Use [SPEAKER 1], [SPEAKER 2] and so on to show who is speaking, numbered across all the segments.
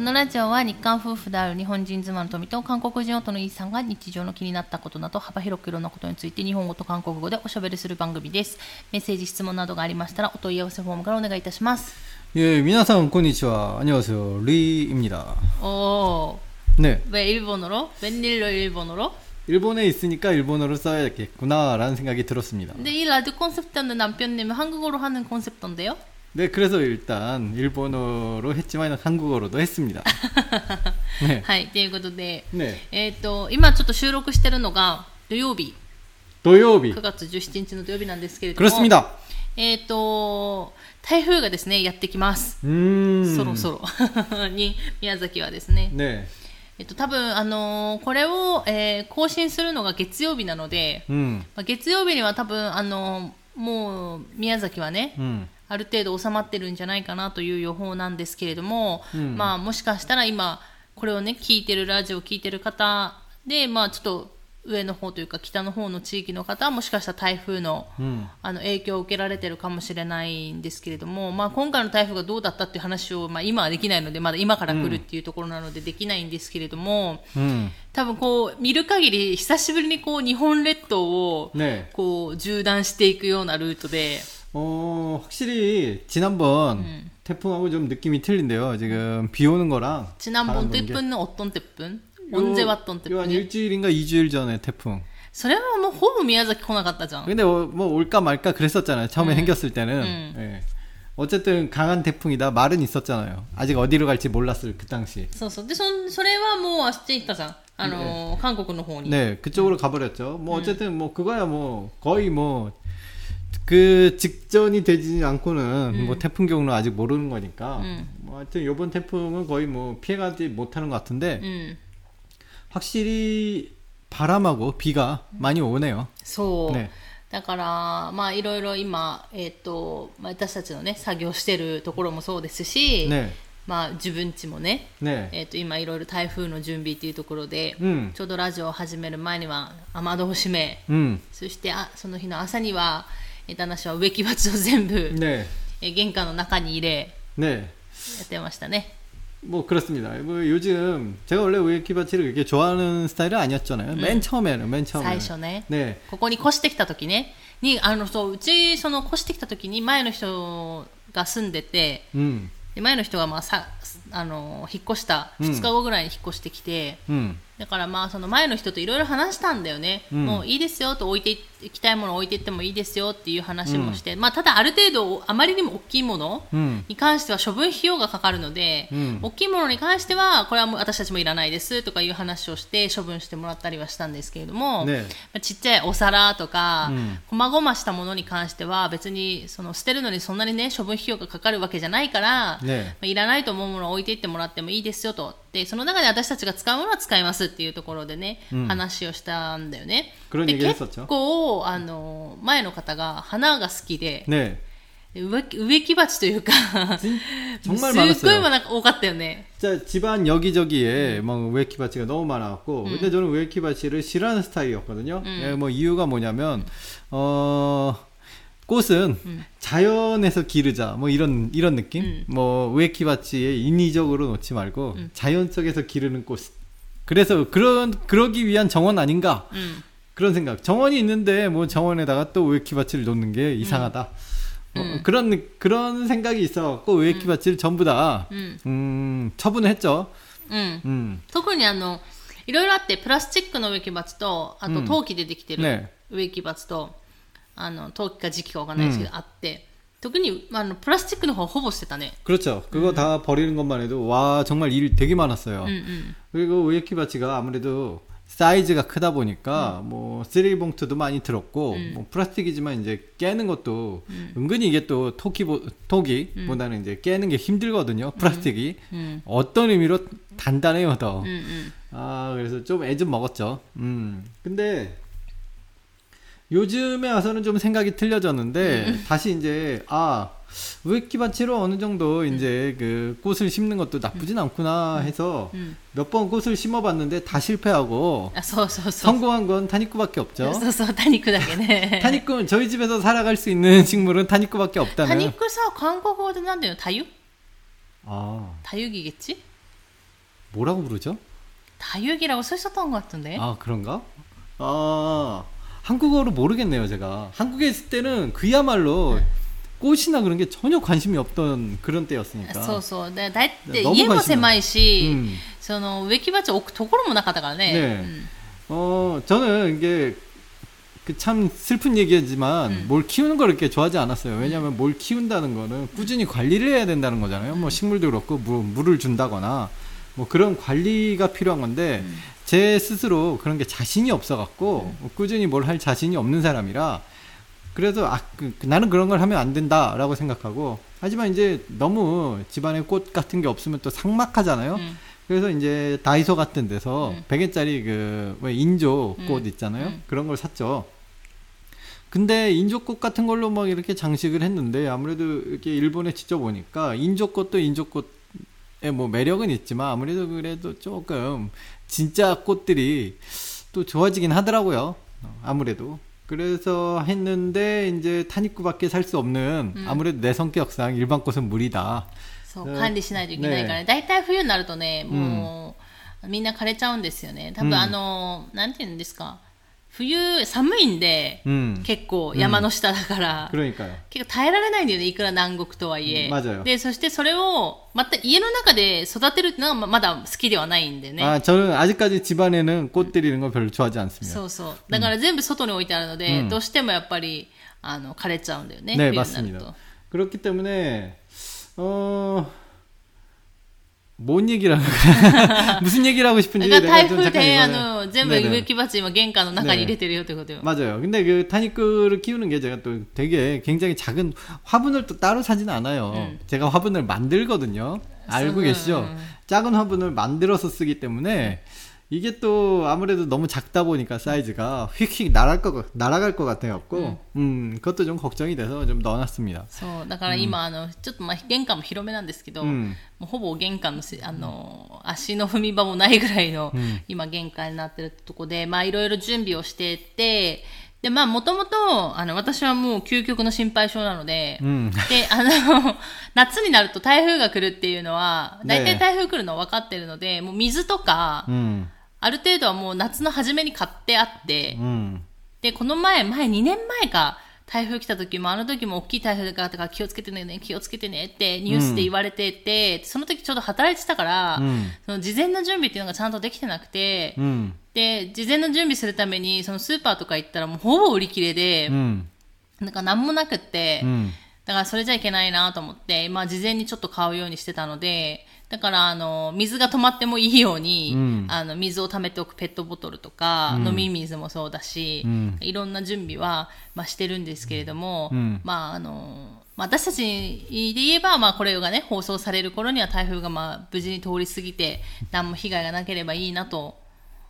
[SPEAKER 1] のラジオは日韓夫婦である日本人妻の富と韓国人夫のイーさんが日常の気になったことなど幅広くいろんなことについて日本語と韓国語でおしゃべりする番組ですメッセージ質問などがありましたらお問い合わせフォームからお願いいたします
[SPEAKER 2] 예, 미나상 고니치와 안녕하세요. 리입니다.
[SPEAKER 1] お
[SPEAKER 2] 네.
[SPEAKER 1] ー왜 일본어로? 웬일로 일본어로?
[SPEAKER 2] 일본에 있으니까 일본어를 써야겠구나라는 생각이 들었습니다.
[SPEAKER 1] 근데 이 라디오 콘셉트는 남편님은 한국어로 하는 콘셉트인데요?
[SPEAKER 2] 네, 그래서 일단 일본어로 했지만 한국어로도 했습니다. 네.
[SPEAKER 1] はい、ということで、
[SPEAKER 2] 네.
[SPEAKER 1] えっ、と、今ちょっと収録してるのが土曜日、
[SPEAKER 2] 도요비.
[SPEAKER 1] 9月17日の土曜日なんですけれども、
[SPEAKER 2] 그렇습니다.
[SPEAKER 1] えっ、と、台風がですね、やってきます。
[SPEAKER 2] 음.
[SPEAKER 1] そろそろ に宮崎はですね、
[SPEAKER 2] 네.
[SPEAKER 1] えっと多分あのーこれを、えー更新するのが月曜日なので、
[SPEAKER 2] 음.
[SPEAKER 1] まあ、月曜日には多分あのーもう宮崎はね、
[SPEAKER 2] 음.
[SPEAKER 1] ある程度収まってるんじゃないかなという予報なんですけれども、
[SPEAKER 2] うん
[SPEAKER 1] まあもしかしたら今これをね聞いてるラジオを聞いてる方でまあちょっと上の方というか北の方の地域の方はもしかしたら台風の
[SPEAKER 2] 음.
[SPEAKER 1] あの影響を受けられてるかもしれないんですけれども、まあ、今回の台風がどうだったっていう話を、まあ、今はできないのでまだ今から来るっていうところなのでできないんですけれども、
[SPEAKER 2] 음.
[SPEAKER 1] 多分こう見る限り久しぶりにこう日本列島を
[SPEAKER 2] 네.
[SPEAKER 1] こう縦断していくようなルートで。
[SPEAKER 2] 어, 확실히 지난번
[SPEAKER 1] 음.
[SPEAKER 2] 태풍하고 좀 느낌이 틀린데요. 지금 비 오는 거랑 바람
[SPEAKER 1] 지난번
[SPEAKER 2] 부는 게
[SPEAKER 1] 태풍은 어떤 태풍?
[SPEAKER 2] 요-
[SPEAKER 1] 언제 왔던
[SPEAKER 2] 요한
[SPEAKER 1] 태풍이?
[SPEAKER 2] 일주일인가 이주일 전에 태풍.
[SPEAKER 1] それはもうほぼ宮崎来なかったじゃん。
[SPEAKER 2] 근데 어, 뭐 올까 말까 그랬었잖아요. 처음에 생겼을 때는.
[SPEAKER 1] 음.
[SPEAKER 2] 예. 어쨌든 강한 태풍이다 말은 있었잖아요. 아직 어디로 갈지 몰랐을 그 당시.
[SPEAKER 1] そうそう。で、そんそれはもうあっち行ったじゃん。あのー、韓国の方に。
[SPEAKER 2] 네,
[SPEAKER 1] 음.
[SPEAKER 2] 그쪽으로 가버렸죠. 뭐 어쨌든 뭐 그거야 뭐 거의 뭐 그 직전이 되지 않고는 뭐 태풍 경우는 아직 모르는 거니까.
[SPEAKER 1] 음.
[SPEAKER 2] 뭐 하여튼 요번 태풍은 거의 뭐 피해가지 못하는 것 같은데
[SPEAKER 1] うん。
[SPEAKER 2] 확실히 바람하고 비가
[SPEAKER 1] 음.
[SPEAKER 2] 많이 오네요.
[SPEAKER 1] そう。
[SPEAKER 2] ね
[SPEAKER 1] だから、まあいろいろ今、えっ、と、まあ私たちのね、作業してるところもそうですし、
[SPEAKER 2] 네,
[SPEAKER 1] まあ自分家もね、
[SPEAKER 2] 네,
[SPEAKER 1] えっ、と今いろいろ台風の準備っていうところで、
[SPEAKER 2] 음,
[SPEAKER 1] ちょうどラジオを始める前には雨戸を閉め、
[SPEAKER 2] 음,
[SPEAKER 1] そしてあその日の朝には、えー旦那氏は植木鉢を全部、
[SPEAKER 2] 네,
[SPEAKER 1] えー玄関の中に入れ
[SPEAKER 2] 네.
[SPEAKER 1] やってましたね
[SPEAKER 2] 뭐 그렇습니다. 뭐 요즘 제가 원래 우에키바치를 그렇게 좋아하는 스타일은 아니었잖아요. 맨 처음에는 맨 처음에.
[SPEAKER 1] 最初ね
[SPEAKER 2] 네.
[SPEAKER 1] ここに越してきた時ねにあのそううちその越してきた時に前の人が住んでて
[SPEAKER 2] 음.
[SPEAKER 1] で前の人がまあさあの引っ越した2日後ぐらいに引っ越してきて、
[SPEAKER 2] 음.
[SPEAKER 1] だからまあその前の人といろいろ話したんだよね、
[SPEAKER 2] うん
[SPEAKER 1] もういいですよと置いてい行きたいものを置いていってもいいですよっていう話もして、まあただある程度あまりにも大きいもの
[SPEAKER 2] 음.
[SPEAKER 1] に関しては処分費用がかかるので、
[SPEAKER 2] うん
[SPEAKER 1] 大きいものに関してはこれはもう私たちもいらないですとかいう話をして処分してもらったりはしたんですけれども、
[SPEAKER 2] 네.
[SPEAKER 1] まあちっちゃいお皿とか、
[SPEAKER 2] う
[SPEAKER 1] こ
[SPEAKER 2] ん
[SPEAKER 1] まごましたものに関しては別にその捨てるのにそんなにね処分費用がかかるわけじゃないから、
[SPEAKER 2] 네.
[SPEAKER 1] まあいらないと思うものを置いていってもらってもいいですよとでその中で私たちが使うものは使いますっていうところでね、
[SPEAKER 2] うん
[SPEAKER 1] 話をしたんだよね。
[SPEAKER 2] 그런
[SPEAKER 1] で
[SPEAKER 2] 얘기를
[SPEAKER 1] 結
[SPEAKER 2] 했었죠.
[SPEAKER 1] 構あの前の方が花が好きで
[SPEAKER 2] 네.
[SPEAKER 1] で植木植木鉢というか
[SPEAKER 2] 정말
[SPEAKER 1] すっごい
[SPEAKER 2] 많았어요.
[SPEAKER 1] なんか多かったよね。
[SPEAKER 2] 진짜 집안 여기저기에 뭐 우에키바치가 너무 많았고 근데 저는 우에키바치를 싫어하는 스타일이었거든요. 예, 뭐 이유가 뭐냐면 어 꽃은 자연에서 기르자 뭐 이런 이런 느낌.
[SPEAKER 1] 음.
[SPEAKER 2] 뭐 우에키바치에 인위적으로 놓지 말고 자연 속에서 기르는 꽃. 그래서 그런 그러기 위한 정원 아닌가
[SPEAKER 1] うん、
[SPEAKER 2] 그런 생각. 정원이 있는데 뭐 정원에다가 또 우에키바치를 놓는 게 이상하다. 어, 그런 그런 생각이 있어갖고 우에키바치를 전부 다
[SPEAKER 1] うん、
[SPEAKER 2] 음, 처분을 했죠.
[SPEAKER 1] うん。
[SPEAKER 2] 음.
[SPEAKER 1] 特にあのいろいろあってプラスチックの植木鉢とあ
[SPEAKER 2] う
[SPEAKER 1] と
[SPEAKER 2] ん
[SPEAKER 1] 陶器でできてる、
[SPEAKER 2] 네.
[SPEAKER 1] 植木鉢とあの陶器か磁器かわかんないですけど、あって特にあのプラスチックの方はほぼしてたね
[SPEAKER 2] 그렇죠. 그거 다 버리는 것만 해도 와 정말 일 되게 많았어요.
[SPEAKER 1] うんうん、
[SPEAKER 2] 그리고 우에키바치가 아무래도 사이즈가 크다 보니까 뭐 쓰레기 봉투도 많이 들었고 뭐 플라스틱이지만 이제 깨는 것도 은근히 이게 또 토끼 보, 토기보다는 이제 깨는 게 힘들거든요. 플라스틱이
[SPEAKER 1] うん、
[SPEAKER 2] 어떤 의미로 단단해요 더.
[SPEAKER 1] うんうん
[SPEAKER 2] 아 그래서 좀 애 좀 먹었죠. 음. 근데 요즘에 와서는 좀 생각이 틀려졌는데 다시 이제 아 우익기밭으로 어느 정도 이제 그 꽃을 심는 것도 나쁘진 않구나 해서
[SPEAKER 1] うん
[SPEAKER 2] 몇 번 꽃을 심어봤는데 다 실패하고
[SPEAKER 1] あそうそうそう
[SPEAKER 2] 성공한 건 타니꾸밖에 없죠.
[SPEAKER 1] そうそう多肉だけ
[SPEAKER 2] 네.
[SPEAKER 1] ね
[SPEAKER 2] 타니꾸 저희 집에서 살아갈 수 있는 식물은 타니꾸밖에
[SPEAKER 1] 多
[SPEAKER 2] 없다는.
[SPEAKER 1] 肉さ韓国語でなんだよ多油
[SPEAKER 2] 아
[SPEAKER 1] 多油木げっち
[SPEAKER 2] 뭐라고 부르죠?
[SPEAKER 1] 다육이라고 쓰셨던 것 같은데.
[SPEAKER 2] 아 그런가? 아 한국어를 모르겠네요 제가 한국에 있을 때는 그야말로 꽃이나 그런 게 전혀 관심이 없던 그런 때였으니까
[SPEAKER 1] そうそうでだいって
[SPEAKER 2] ノブ
[SPEAKER 1] 家も
[SPEAKER 2] 関心な
[SPEAKER 1] 狭いし、
[SPEAKER 2] 음.
[SPEAKER 1] その植木鉢を置くところもなかったからね。
[SPEAKER 2] 네.
[SPEAKER 1] うん
[SPEAKER 2] 어 저는 이게 그 참 슬픈 얘기지만 뭘 키우는 걸 이렇게 좋아하지 않았어요. 왜냐하면 뭘 키운다는 거는 꾸준히 관리를 해야 된다는 거잖아요. 뭐 식물도 그렇고 물, 물을 준다거나 뭐 그런 관리가 필요한 건데 제 스스로 그런 게 자신이 없어갖고 뭐 꾸준히 뭘 할 자신이 없는 사람이라 그래서 아, 그, 그 나는 그런 걸 하면 안 된다라고 생각하고 하지만 이제 너무 집안에 꽃 같은 게 없으면 또 삭막하잖아요.
[SPEAKER 1] 음.
[SPEAKER 2] 그래서 이제 다이소 같은 데서 100엔짜리 그, 왜 인조 꽃
[SPEAKER 1] 음,
[SPEAKER 2] 있잖아요.
[SPEAKER 1] 음.
[SPEAKER 2] 그런 걸 샀죠. 근데 인조꽃 같은 걸로 막 이렇게 장식을 했는데 아무래도 이렇게 일본에 직접 오니까 인조꽃도 인조꽃의 뭐 매력은 있지만 아무래도 그래도 조금 진짜 꽃들이 또 좋아지긴 하더라고요. 어, 아무래도. 그래서 했는데 이제 탄입구밖에 살 수 없는
[SPEAKER 1] 음.
[SPEAKER 2] 아무래도 내 성격상 일반 꽃은 무리다.
[SPEAKER 1] そう
[SPEAKER 2] ね
[SPEAKER 1] 管理しないといけないから、
[SPEAKER 2] ね
[SPEAKER 1] だいたい冬になるとねもう、みんな枯れちゃうんですよね。多
[SPEAKER 2] うん
[SPEAKER 1] 分あの、なんていうんですか冬寒いんで、
[SPEAKER 2] 음.
[SPEAKER 1] 結構
[SPEAKER 2] うん
[SPEAKER 1] 山の下だから。
[SPEAKER 2] 그러니까요.
[SPEAKER 1] 結構耐えられないんだよね、いくら南国とはいえ。
[SPEAKER 2] うん맞아요
[SPEAKER 1] で、そしてそれを、また家の中で育てるってのはままだ好きではないんでね。
[SPEAKER 2] 아, 저는 아직까지 집안에는 꽃 들이는 걸 별로 좋아하지 않습니다.
[SPEAKER 1] そうそう。だから全部外に置いてあるので、
[SPEAKER 2] うん
[SPEAKER 1] どうしてもやっぱり、あの、枯れちゃうんだよね。
[SPEAKER 2] 네,
[SPEAKER 1] 冬になる
[SPEAKER 2] 맞습니다.
[SPEAKER 1] と。
[SPEAKER 2] 그렇기 때문에 어, 뭔 얘기를 하는 거야? 무슨 얘기를 하고 싶은지
[SPEAKER 1] だから台
[SPEAKER 2] 내가 좀
[SPEAKER 1] 風
[SPEAKER 2] 잠깐
[SPEAKER 1] で、あ
[SPEAKER 2] 이거는-
[SPEAKER 1] の、全部
[SPEAKER 2] 네네.
[SPEAKER 1] 植木鉢今玄関の中に入れてるよってことよ。
[SPEAKER 2] 맞아요. 근데 그 타니크를 키우는 게 제가 또 되게 굉장히 작은 화분을 또 따로 사지는 않아요. 제가 화분을 만들거든요. 알고
[SPEAKER 1] 저는-
[SPEAKER 2] 계시죠? 음. 작은 화분을 만들어서 쓰기 때문에 이게 또 아무래도 너무 작다 보니까 사이즈가 휙휙 날아갈 것, 날아갈 것 같아갖고, 음, 그것도 좀 걱정이 돼서 좀 넣어놨습니다.
[SPEAKER 1] そう。だから今、あの、ちょっとまあ、玄関も広めなんですけど、
[SPEAKER 2] うん
[SPEAKER 1] もうほぼ玄関のせ、あの、足の踏み場もないぐらいの、今玄関になってるとこで、まあ、いろいろ準備をしてて、で、まあ、もともと、あの、私はもう究極の心配性なので、
[SPEAKER 2] 음.
[SPEAKER 1] で、あの、 夏になると台風が来るっていうのは、大
[SPEAKER 2] ね
[SPEAKER 1] 体台風来るのは分かってるので、もう水とか、
[SPEAKER 2] 음.
[SPEAKER 1] ある程度はもう夏の初めに買ってあって、
[SPEAKER 2] 음.
[SPEAKER 1] で、この前、前2年前か、台風来た時も、あの時も大きい台風があったから気をつけてね、気をつけてねってニュースで言われてて、その時ちょうど働いてたから、
[SPEAKER 2] 음.
[SPEAKER 1] その事前の準備っていうのがちゃんとできてなくて、
[SPEAKER 2] 음.
[SPEAKER 1] で、事前の準備するために、そのスーパーとか行ったらもうほぼ売り切れで、
[SPEAKER 2] 음.
[SPEAKER 1] なんか何もなくって、
[SPEAKER 2] 음.
[SPEAKER 1] だからそれじゃいけないなと思って、まあ事前にちょっと買うようにしてたので、だからあの、水が止まってもいいように、
[SPEAKER 2] うん
[SPEAKER 1] あの、水を溜めておくペットボトルとか、飲み水もそうだし、
[SPEAKER 2] うん
[SPEAKER 1] いろんな準備は、まあしてるんですけれども、
[SPEAKER 2] うん
[SPEAKER 1] まああの、まあ私たちで言えば、まあこれがね、放送される頃には台風がまあ無事に通り過ぎて、何も被害がなければいいなと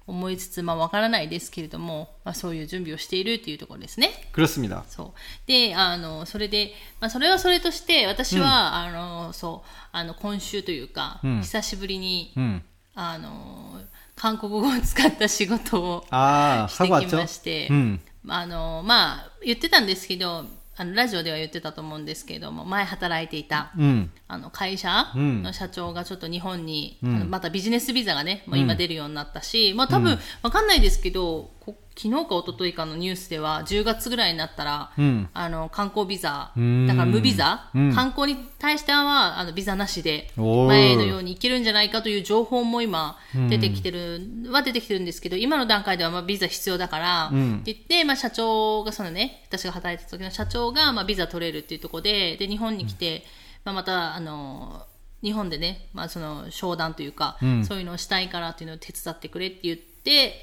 [SPEAKER 1] 思いつつ、まあわからないですけれども、まあそういう準備をしているというところですね。
[SPEAKER 2] 그렇습니다.
[SPEAKER 1] そう。で、あの、それで、まあ、それはそれとして、私は、あの、そう、あの、今週というか、
[SPEAKER 2] うん
[SPEAKER 1] 久しぶりに、
[SPEAKER 2] 음.
[SPEAKER 1] あの、韓国語を使った仕事を
[SPEAKER 2] 아,
[SPEAKER 1] して
[SPEAKER 2] 하고
[SPEAKER 1] き
[SPEAKER 2] 왔죠?
[SPEAKER 1] まして、
[SPEAKER 2] 음.
[SPEAKER 1] あの、まあ、言ってたんですけど、あの、ラジオでは言ってたと思うんですけども、前働いていた、
[SPEAKER 2] 음.
[SPEAKER 1] あの、会社
[SPEAKER 2] うん
[SPEAKER 1] の社長がちょっと日本に、
[SPEAKER 2] うん
[SPEAKER 1] あのまたビジネスビザがね、まあ、今出るようになったし、まあ多分、わかんないですけど、こ昨日か一昨日かのニュースでは、10月ぐらいになったら、
[SPEAKER 2] 음.
[SPEAKER 1] あの、観光ビザ、
[SPEAKER 2] うーん
[SPEAKER 1] だから無ビザ、
[SPEAKER 2] うん
[SPEAKER 1] 観光に対しては、あの、ビザなしで、
[SPEAKER 2] おー
[SPEAKER 1] 前のように行けるんじゃないかという情報も今、出てきてる、は出てきてるんですけど、今の段階では、まあ、ビザ必要だから、
[SPEAKER 2] うん
[SPEAKER 1] って言って、まあ、社長が、そのね、私が働いてた時の社長が、まあ、ビザ取れるっていうところで、で、日本に来て、まあ、また、あの、日本でね、まあ、その、商談というか、
[SPEAKER 2] うん
[SPEAKER 1] そういうのをしたいからっていうのを手伝ってくれって言って、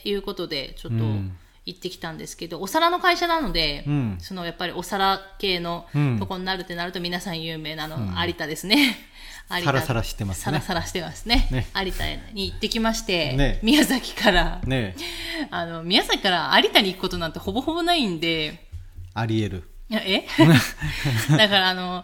[SPEAKER 1] いうことで、ちょっと、
[SPEAKER 2] うん
[SPEAKER 1] 行ってきたんですけど、お皿の会社なので、
[SPEAKER 2] うん
[SPEAKER 1] そのやっぱりお皿系の
[SPEAKER 2] うん
[SPEAKER 1] とこになるってなると皆さん有名なの、有田ですね。有田
[SPEAKER 2] サラサラしてますね
[SPEAKER 1] サラサラしてますね。
[SPEAKER 2] ね
[SPEAKER 1] 有田に行ってきまして、
[SPEAKER 2] ね
[SPEAKER 1] 宮崎から、
[SPEAKER 2] 네.
[SPEAKER 1] あの、宮崎から有田に行くことなんてほぼほぼないんで、
[SPEAKER 2] 아리에르.
[SPEAKER 1] いや え だからあの、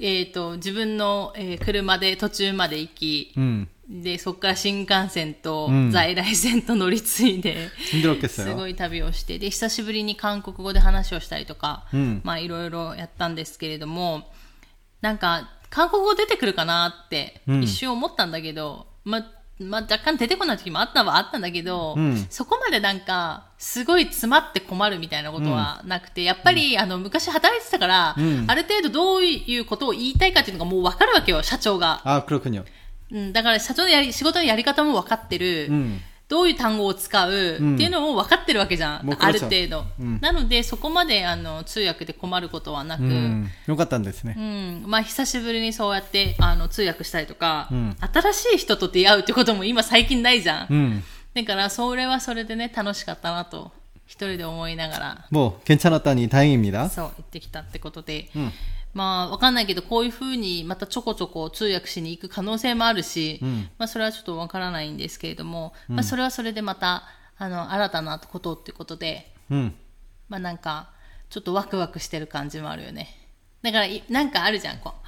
[SPEAKER 1] えっ、と、自分の、えー車で途中まで行き、
[SPEAKER 2] 음.
[SPEAKER 1] で、そこから新幹線と
[SPEAKER 2] うん
[SPEAKER 1] 在来線と乗り継いで、
[SPEAKER 2] 힘들었겠어요.
[SPEAKER 1] すごい旅をしてで久しぶりに韓国語で話をしたりとか、
[SPEAKER 2] うん
[SPEAKER 1] まあいろいろやったんですけれどもなんか韓国語出てくるかなって
[SPEAKER 2] うん
[SPEAKER 1] 一瞬思ったんだけど、まあまあ、若干出てこない時もあったはあったんだけど、
[SPEAKER 2] うん
[SPEAKER 1] そこまでなんか、すごい詰まって困るみたいなことはなくて、やっぱり、あの、昔働いてたから、
[SPEAKER 2] うん
[SPEAKER 1] ある程度どういうことを言いたいかっていうのがもう分かるわけよ、社長が。
[SPEAKER 2] 아, 그렇군요.
[SPEAKER 1] うん、だから社長のやり、仕事のやり方も分かってる。
[SPEAKER 2] 음.
[SPEAKER 1] どういう単語を使うっていうのを分かってるわけじゃん、
[SPEAKER 2] もう
[SPEAKER 1] あ
[SPEAKER 2] 黒
[SPEAKER 1] る
[SPEAKER 2] ちゃん
[SPEAKER 1] 程度、
[SPEAKER 2] うん
[SPEAKER 1] なのでそこまであの通訳で困ることはなく、う
[SPEAKER 2] 음.
[SPEAKER 1] ん
[SPEAKER 2] よかったんですね.
[SPEAKER 1] まあ、久しぶりにそうやってあの通訳したりとか、
[SPEAKER 2] うん
[SPEAKER 1] 新しい人と出会うってことも今最近ないじゃん、
[SPEAKER 2] 음.
[SPEAKER 1] だからそれはそれでね楽しかったなと一人で思いなが
[SPEAKER 2] 뭐 괜찮았다니 다행입니다.
[SPEAKER 1] らそう行ってきたってことで、
[SPEAKER 2] 음.
[SPEAKER 1] まあわかんないけどこういうふうにまたちょこちょこ通訳しに行く可能性もあるし、
[SPEAKER 2] 음.
[SPEAKER 1] まあ、それはちょっとわからないんですけれども、まあ、それはそれでまたあの新たなことってことで、
[SPEAKER 2] 음.
[SPEAKER 1] まあ、なんかちょっとワクワクしてる感じもあるよねだからいなんかあるじゃんこう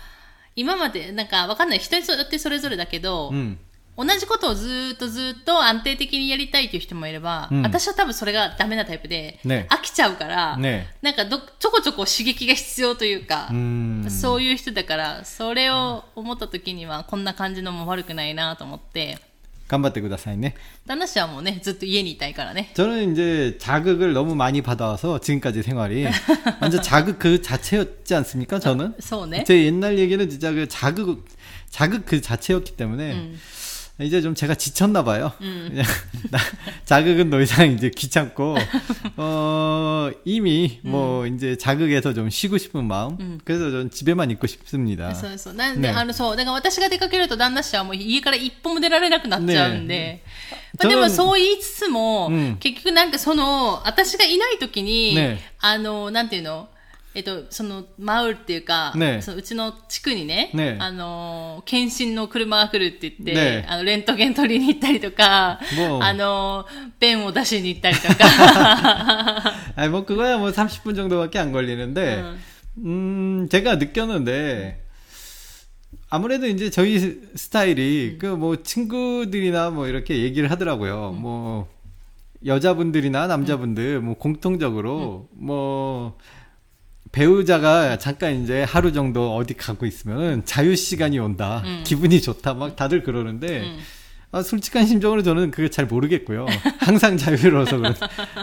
[SPEAKER 1] 今までなんかわかんない人によってそれぞれだけど、
[SPEAKER 2] 음.
[SPEAKER 1] 同じことをずーっとずーっと安定的にやりたいという人もいれば、
[SPEAKER 2] うん
[SPEAKER 1] 私は多分それがダメなタイプで、
[SPEAKER 2] ね
[SPEAKER 1] 飽きちゃうから、
[SPEAKER 2] 네.
[SPEAKER 1] なんかどちょこちょこ刺激が必要というか、
[SPEAKER 2] 음.
[SPEAKER 1] そういう人だからそれを思った時にはこんな感じのも悪くないなと思って。
[SPEAKER 2] 간바테 구다사이네.
[SPEAKER 1] 旦那氏はもうね、ずっと家にいたいからね。
[SPEAKER 2] 저는 이제 자극을 너무 많이 받아와서 지금까지 생활이 완전 자극 그 자체였지 않습니까? 저는
[SPEAKER 1] そうね。
[SPEAKER 2] 제 옛날 얘기는 진짜 그 자극 자극 그 자체였기 때문에 이제 좀 제가 지쳤나 봐요. 그냥 나- 자극은 더 이상 이제 귀찮고 어 이미 뭐 이제 자극에서 좀 쉬고 싶은 마음. 그래서 저는 집에만 있고 싶습니다.
[SPEAKER 1] そうそう。なんで、
[SPEAKER 2] ね
[SPEAKER 1] あの、そう。だから私が出かけると旦那氏はもう家から一歩も出られなくなっちゃうんで。
[SPEAKER 2] ね
[SPEAKER 1] まあ、でも
[SPEAKER 2] 저는
[SPEAKER 1] そう言いつつも、
[SPEAKER 2] うん
[SPEAKER 1] 結局なんかその、私がいない時に、
[SPEAKER 2] ね
[SPEAKER 1] あの、なんていうのえっと、その、マウルっていうか、
[SPEAKER 2] ね
[SPEAKER 1] そのうちの地区にね、
[SPEAKER 2] ね
[SPEAKER 1] あの、検診の車が来るって言って、
[SPEAKER 2] ね
[SPEAKER 1] あの、レントゲン取りに行ったりとか、
[SPEAKER 2] もう
[SPEAKER 1] あの、ペンを出しに行ったりと か、
[SPEAKER 2] 아니 뭐 그거야 뭐 30분 정도밖에 안 걸리는데 음 제가 느꼈는데 아무래도 이제 저희 스- 스타일이 그 뭐 친구들이나 뭐 이렇게 얘기를 하더라고요. 뭐 여자분들이나 남자분들 뭐 공통적으로 뭐 배우자가 잠깐 이제 하루 정도 어디 가고 있으면 자유 시간이 온다. 기분이 좋다. 막 다들 그러는데 아, 솔직한 심정으로 저는 그게 잘 모르겠고요. 항상 자유로워서 그런지.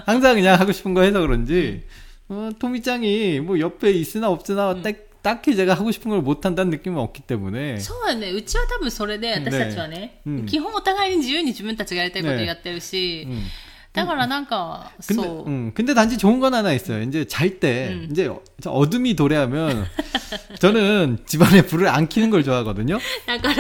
[SPEAKER 2] 항상 그냥 하고 싶은 거 해서 그런지, 어, 토미짱이 뭐 옆에 있으나 없으나 딱, 딱히 제가 하고 싶은 걸 못 한다는 느낌은 없기 때문에.
[SPEAKER 1] そうだね。うちは多分それで、私たちはね、
[SPEAKER 2] うん
[SPEAKER 1] 基本お互いに自由に自分たちがやりたいことを
[SPEAKER 2] ね
[SPEAKER 1] やってるし、
[SPEAKER 2] 음.
[SPEAKER 1] だからなんか、
[SPEAKER 2] 근데,
[SPEAKER 1] そう。
[SPEAKER 2] 음, 근데 단지 좋은 건 하나 있어요. 이제 잘 때,
[SPEAKER 1] 음.
[SPEAKER 2] 이제 어- 저 어둠이 도래하면, 저는 집안에 불을 안 켜는 걸 좋아하거든요.
[SPEAKER 1] だか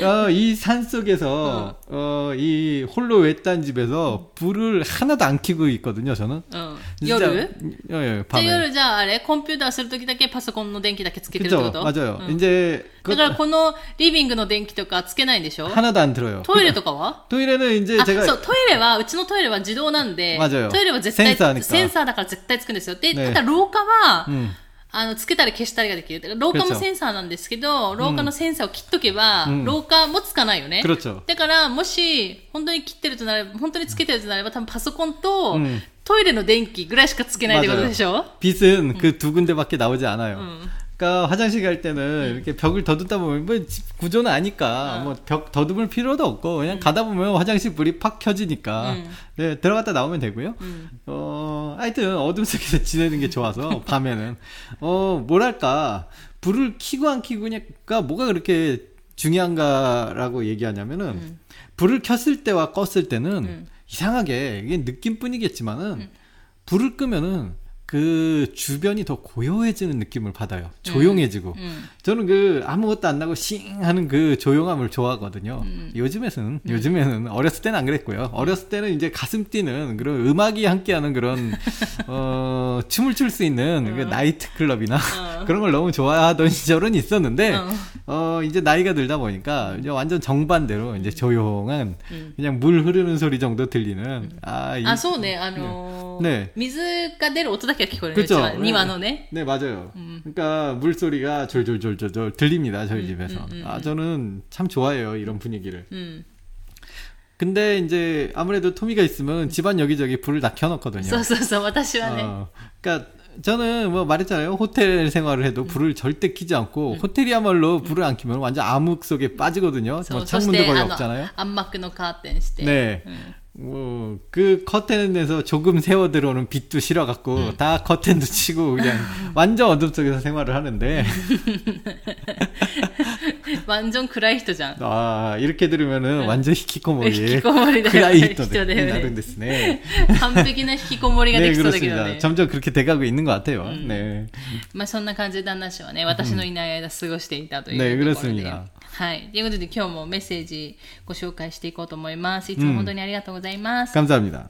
[SPEAKER 1] ら、
[SPEAKER 2] 어, 이 산 속에서, 어, 이 홀로 외딴 집에서 불을 하나도 안 켜고 있거든요, 저는.
[SPEAKER 1] うん、
[SPEAKER 2] 진짜-
[SPEAKER 1] 夜
[SPEAKER 2] 예, 예,
[SPEAKER 1] じゃあ
[SPEAKER 2] 밤에.
[SPEAKER 1] 夜じゃああれ、コンピューターするときだけパソコンの電気だけつけてるってこ
[SPEAKER 2] 그죠?
[SPEAKER 1] と
[SPEAKER 2] 맞아요.
[SPEAKER 1] うん
[SPEAKER 2] 이제
[SPEAKER 1] だ
[SPEAKER 2] 그것
[SPEAKER 1] からこのリビングの電気とかつけないんでしょ
[SPEAKER 2] 하나도 안 들어요.
[SPEAKER 1] トイレとかは
[SPEAKER 2] 토일에는 이제
[SPEAKER 1] あ、
[SPEAKER 2] 제가
[SPEAKER 1] そう、トイレは、うちのトイレは自動なんで、
[SPEAKER 2] 맞아요
[SPEAKER 1] トイレは絶対、
[SPEAKER 2] センサーですか
[SPEAKER 1] センサーだから絶対つくんですよ。で、
[SPEAKER 2] ね
[SPEAKER 1] ただ廊下は、
[SPEAKER 2] 음,
[SPEAKER 1] あの、つけたり消したりができる。だから廊下もセンサーなんですけど、廊下のセンサーを切っとけば、
[SPEAKER 2] うん
[SPEAKER 1] 廊下もつかないよね。
[SPEAKER 2] 그렇죠.
[SPEAKER 1] だから、もし、本当に切ってるとなれば、本当につけてるとなれば、多分パソコンと、
[SPEAKER 2] うん
[SPEAKER 1] トイレの電気ぐらいしかつけないってことでしょ
[SPEAKER 2] 음, 빛은 그 두 군데밖에 나오지 않아요.
[SPEAKER 1] 음.
[SPEAKER 2] 그러니까 화장실 갈 때는 이렇게 벽을 더듬다 보면 뭐집 구조는 아니까 뭐 벽 더듬을 필요도 없고 그냥 가다 보면 화장실 불이 팍 켜지니까
[SPEAKER 1] 음.
[SPEAKER 2] 네, 들어갔다 나오면 되고요.
[SPEAKER 1] 음.
[SPEAKER 2] 어, 하여튼 어둠 속에서 지내는 게 좋아서 밤에는 어 뭐랄까 불을 켜고 안 켜고니까 뭐가 그렇게 중요한가라고 얘기하냐면은 불을 켰을 때와 껐을 때는 이상하게 이게 느낌뿐이겠지만은 불을 끄면은 그 주변이 더 고요해지는 느낌을 받아요. 조용해지고.
[SPEAKER 1] うん。
[SPEAKER 2] 저는 그 아무것도 안 나고 싱 하는 그 조용함을 좋아하거든요. 요즘에는 요즘에는 어렸을 때는 안 그랬고요. 어렸을 때는 이제 가슴 뛰는 그런 음악이 함께하는 그런 어 춤을 출 수 있는 그 나이트 클럽이나 그런 걸 너무 좋아하던 시절은 있었는데
[SPEAKER 1] 어.
[SPEAKER 2] 어 이제 나이가 들다 보니까 이제 완전 정반대로 이제 조용한 그냥 물 흐르는 소리 정도 들리는 아, 이,
[SPEAKER 1] あ、そうね、あのー
[SPEAKER 2] ね
[SPEAKER 1] 水が出る音だけが聞こえるねうち
[SPEAKER 2] 그렇죠.
[SPEAKER 1] は庭のね。
[SPEAKER 2] 네, 맞아요. 그러니까 물소리가 졸졸졸졸 들립니다. 저희 집에서. 아, 저는 참 좋아해요. 이런 분위기를.
[SPEAKER 1] うん。
[SPEAKER 2] 근데 이제 아무래도 토미가 있으면 집안 여기저기 불을 다 켜놓거든요.
[SPEAKER 1] そうそうそう、私はね。
[SPEAKER 2] 어, 그러니까 저는 뭐 말했잖아요. 호텔 생활을 해도 불을 절대 켜지 않고 호텔이야말로 불을 안 켜면 완전 암흑 속에 빠지거든요.
[SPEAKER 1] そう
[SPEAKER 2] 뭐
[SPEAKER 1] そして
[SPEAKER 2] 창문도
[SPEAKER 1] あ
[SPEAKER 2] 거의
[SPEAKER 1] の
[SPEAKER 2] 없잖아요.
[SPEAKER 1] 暗幕のカーテンして、
[SPEAKER 2] 네. 뭐, 그 커튼에서 조금 세워 들어오는 빛도 싫어갖고, 다 커튼도 치고, 그냥, 완전 어둠 속에서 생활을 하는데,
[SPEAKER 1] ワンジョン暗い人じゃん。
[SPEAKER 2] 아, 이렇게 들으면은, 완전 히키코모리.
[SPEAKER 1] 引きこもりだよ
[SPEAKER 2] 그라이
[SPEAKER 1] ね。 人
[SPEAKER 2] 히토데-
[SPEAKER 1] だよ
[SPEAKER 2] 나름
[SPEAKER 1] ね。
[SPEAKER 2] 됐으네.
[SPEAKER 1] 完璧な引きこもりがで
[SPEAKER 2] 네,
[SPEAKER 1] きそうだけど
[SPEAKER 2] 그렇습니다.
[SPEAKER 1] ね。
[SPEAKER 2] 점점 그렇게 돼가고 있는 것 같아요. 네.
[SPEAKER 1] まあそんな感じで旦那氏はね、私のいない間過ごしていたというと
[SPEAKER 2] ね
[SPEAKER 1] ころで。
[SPEAKER 2] 嬉しいな
[SPEAKER 1] はい。ということで今日もメッセージご紹介していこうと思います。いつも本当にありがとうございます。
[SPEAKER 2] 감사합니다.